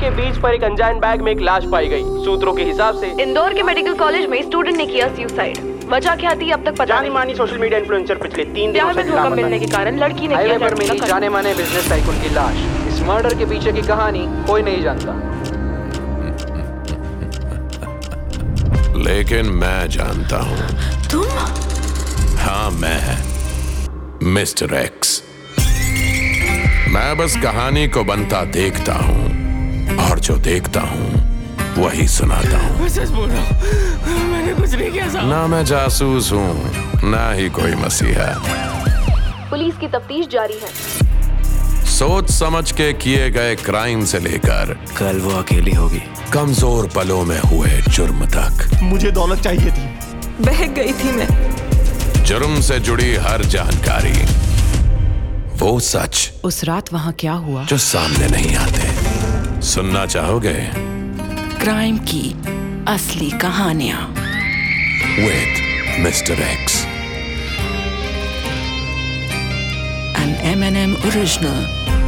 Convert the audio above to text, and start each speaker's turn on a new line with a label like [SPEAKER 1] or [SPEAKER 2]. [SPEAKER 1] के बीच पर एक अनजान बैग में एक लाश पाई गई सूत्रों के हिसाब से
[SPEAKER 2] इंदौर के मेडिकल कॉलेज में स्टूडेंट ने किया सुसाइड वजह क्या थी अब तक पता
[SPEAKER 3] जानी
[SPEAKER 2] नहीं
[SPEAKER 3] मानी सोशल मीडिया इन्फ्लुएंसर पिछले तीन दिनों
[SPEAKER 2] प्यार
[SPEAKER 3] से
[SPEAKER 2] में धोखा
[SPEAKER 3] गुलाम
[SPEAKER 2] मिलने के
[SPEAKER 3] अल्लाह
[SPEAKER 2] कारण लड़की ने
[SPEAKER 4] हाईवे
[SPEAKER 2] किया
[SPEAKER 4] पर
[SPEAKER 2] जन्म
[SPEAKER 4] मिली
[SPEAKER 2] का
[SPEAKER 4] जाने माने बिजनेस टाइकून की लाश इस मर्डर के पीछे की कहानी कोई नहीं जानता
[SPEAKER 5] लेकिन मैं जानता हूँ
[SPEAKER 6] तुम
[SPEAKER 5] हाँ मैं मिस्टर एक्स मैं बस कहानी को बनता देखता हूँ और जो देखता हूँ वही सुनाता हूँ
[SPEAKER 7] मैं सच बोल रहा हूँ मैंने कुछ नहीं किया साहब
[SPEAKER 5] ना मैं जासूस हूँ ना ही कोई मसीहा
[SPEAKER 2] पुलिस की तफ्तीश जारी है
[SPEAKER 5] सोच समझ के किए गए क्राइम से लेकर
[SPEAKER 7] कल वो अकेली होगी
[SPEAKER 5] कमजोर पलों में हुए जुर्म तक
[SPEAKER 8] मुझे दौलत चाहिए थी
[SPEAKER 6] बह गई थी मैं
[SPEAKER 5] जुर्म से जुड़ी हर जानकारी वो सच
[SPEAKER 9] उस रात वहाँ क्या हुआ
[SPEAKER 5] जो सामने नहीं आते सुनना चाहोगे
[SPEAKER 6] क्राइम की असली कहानियाँ
[SPEAKER 5] with Mr. X.
[SPEAKER 6] N M N M original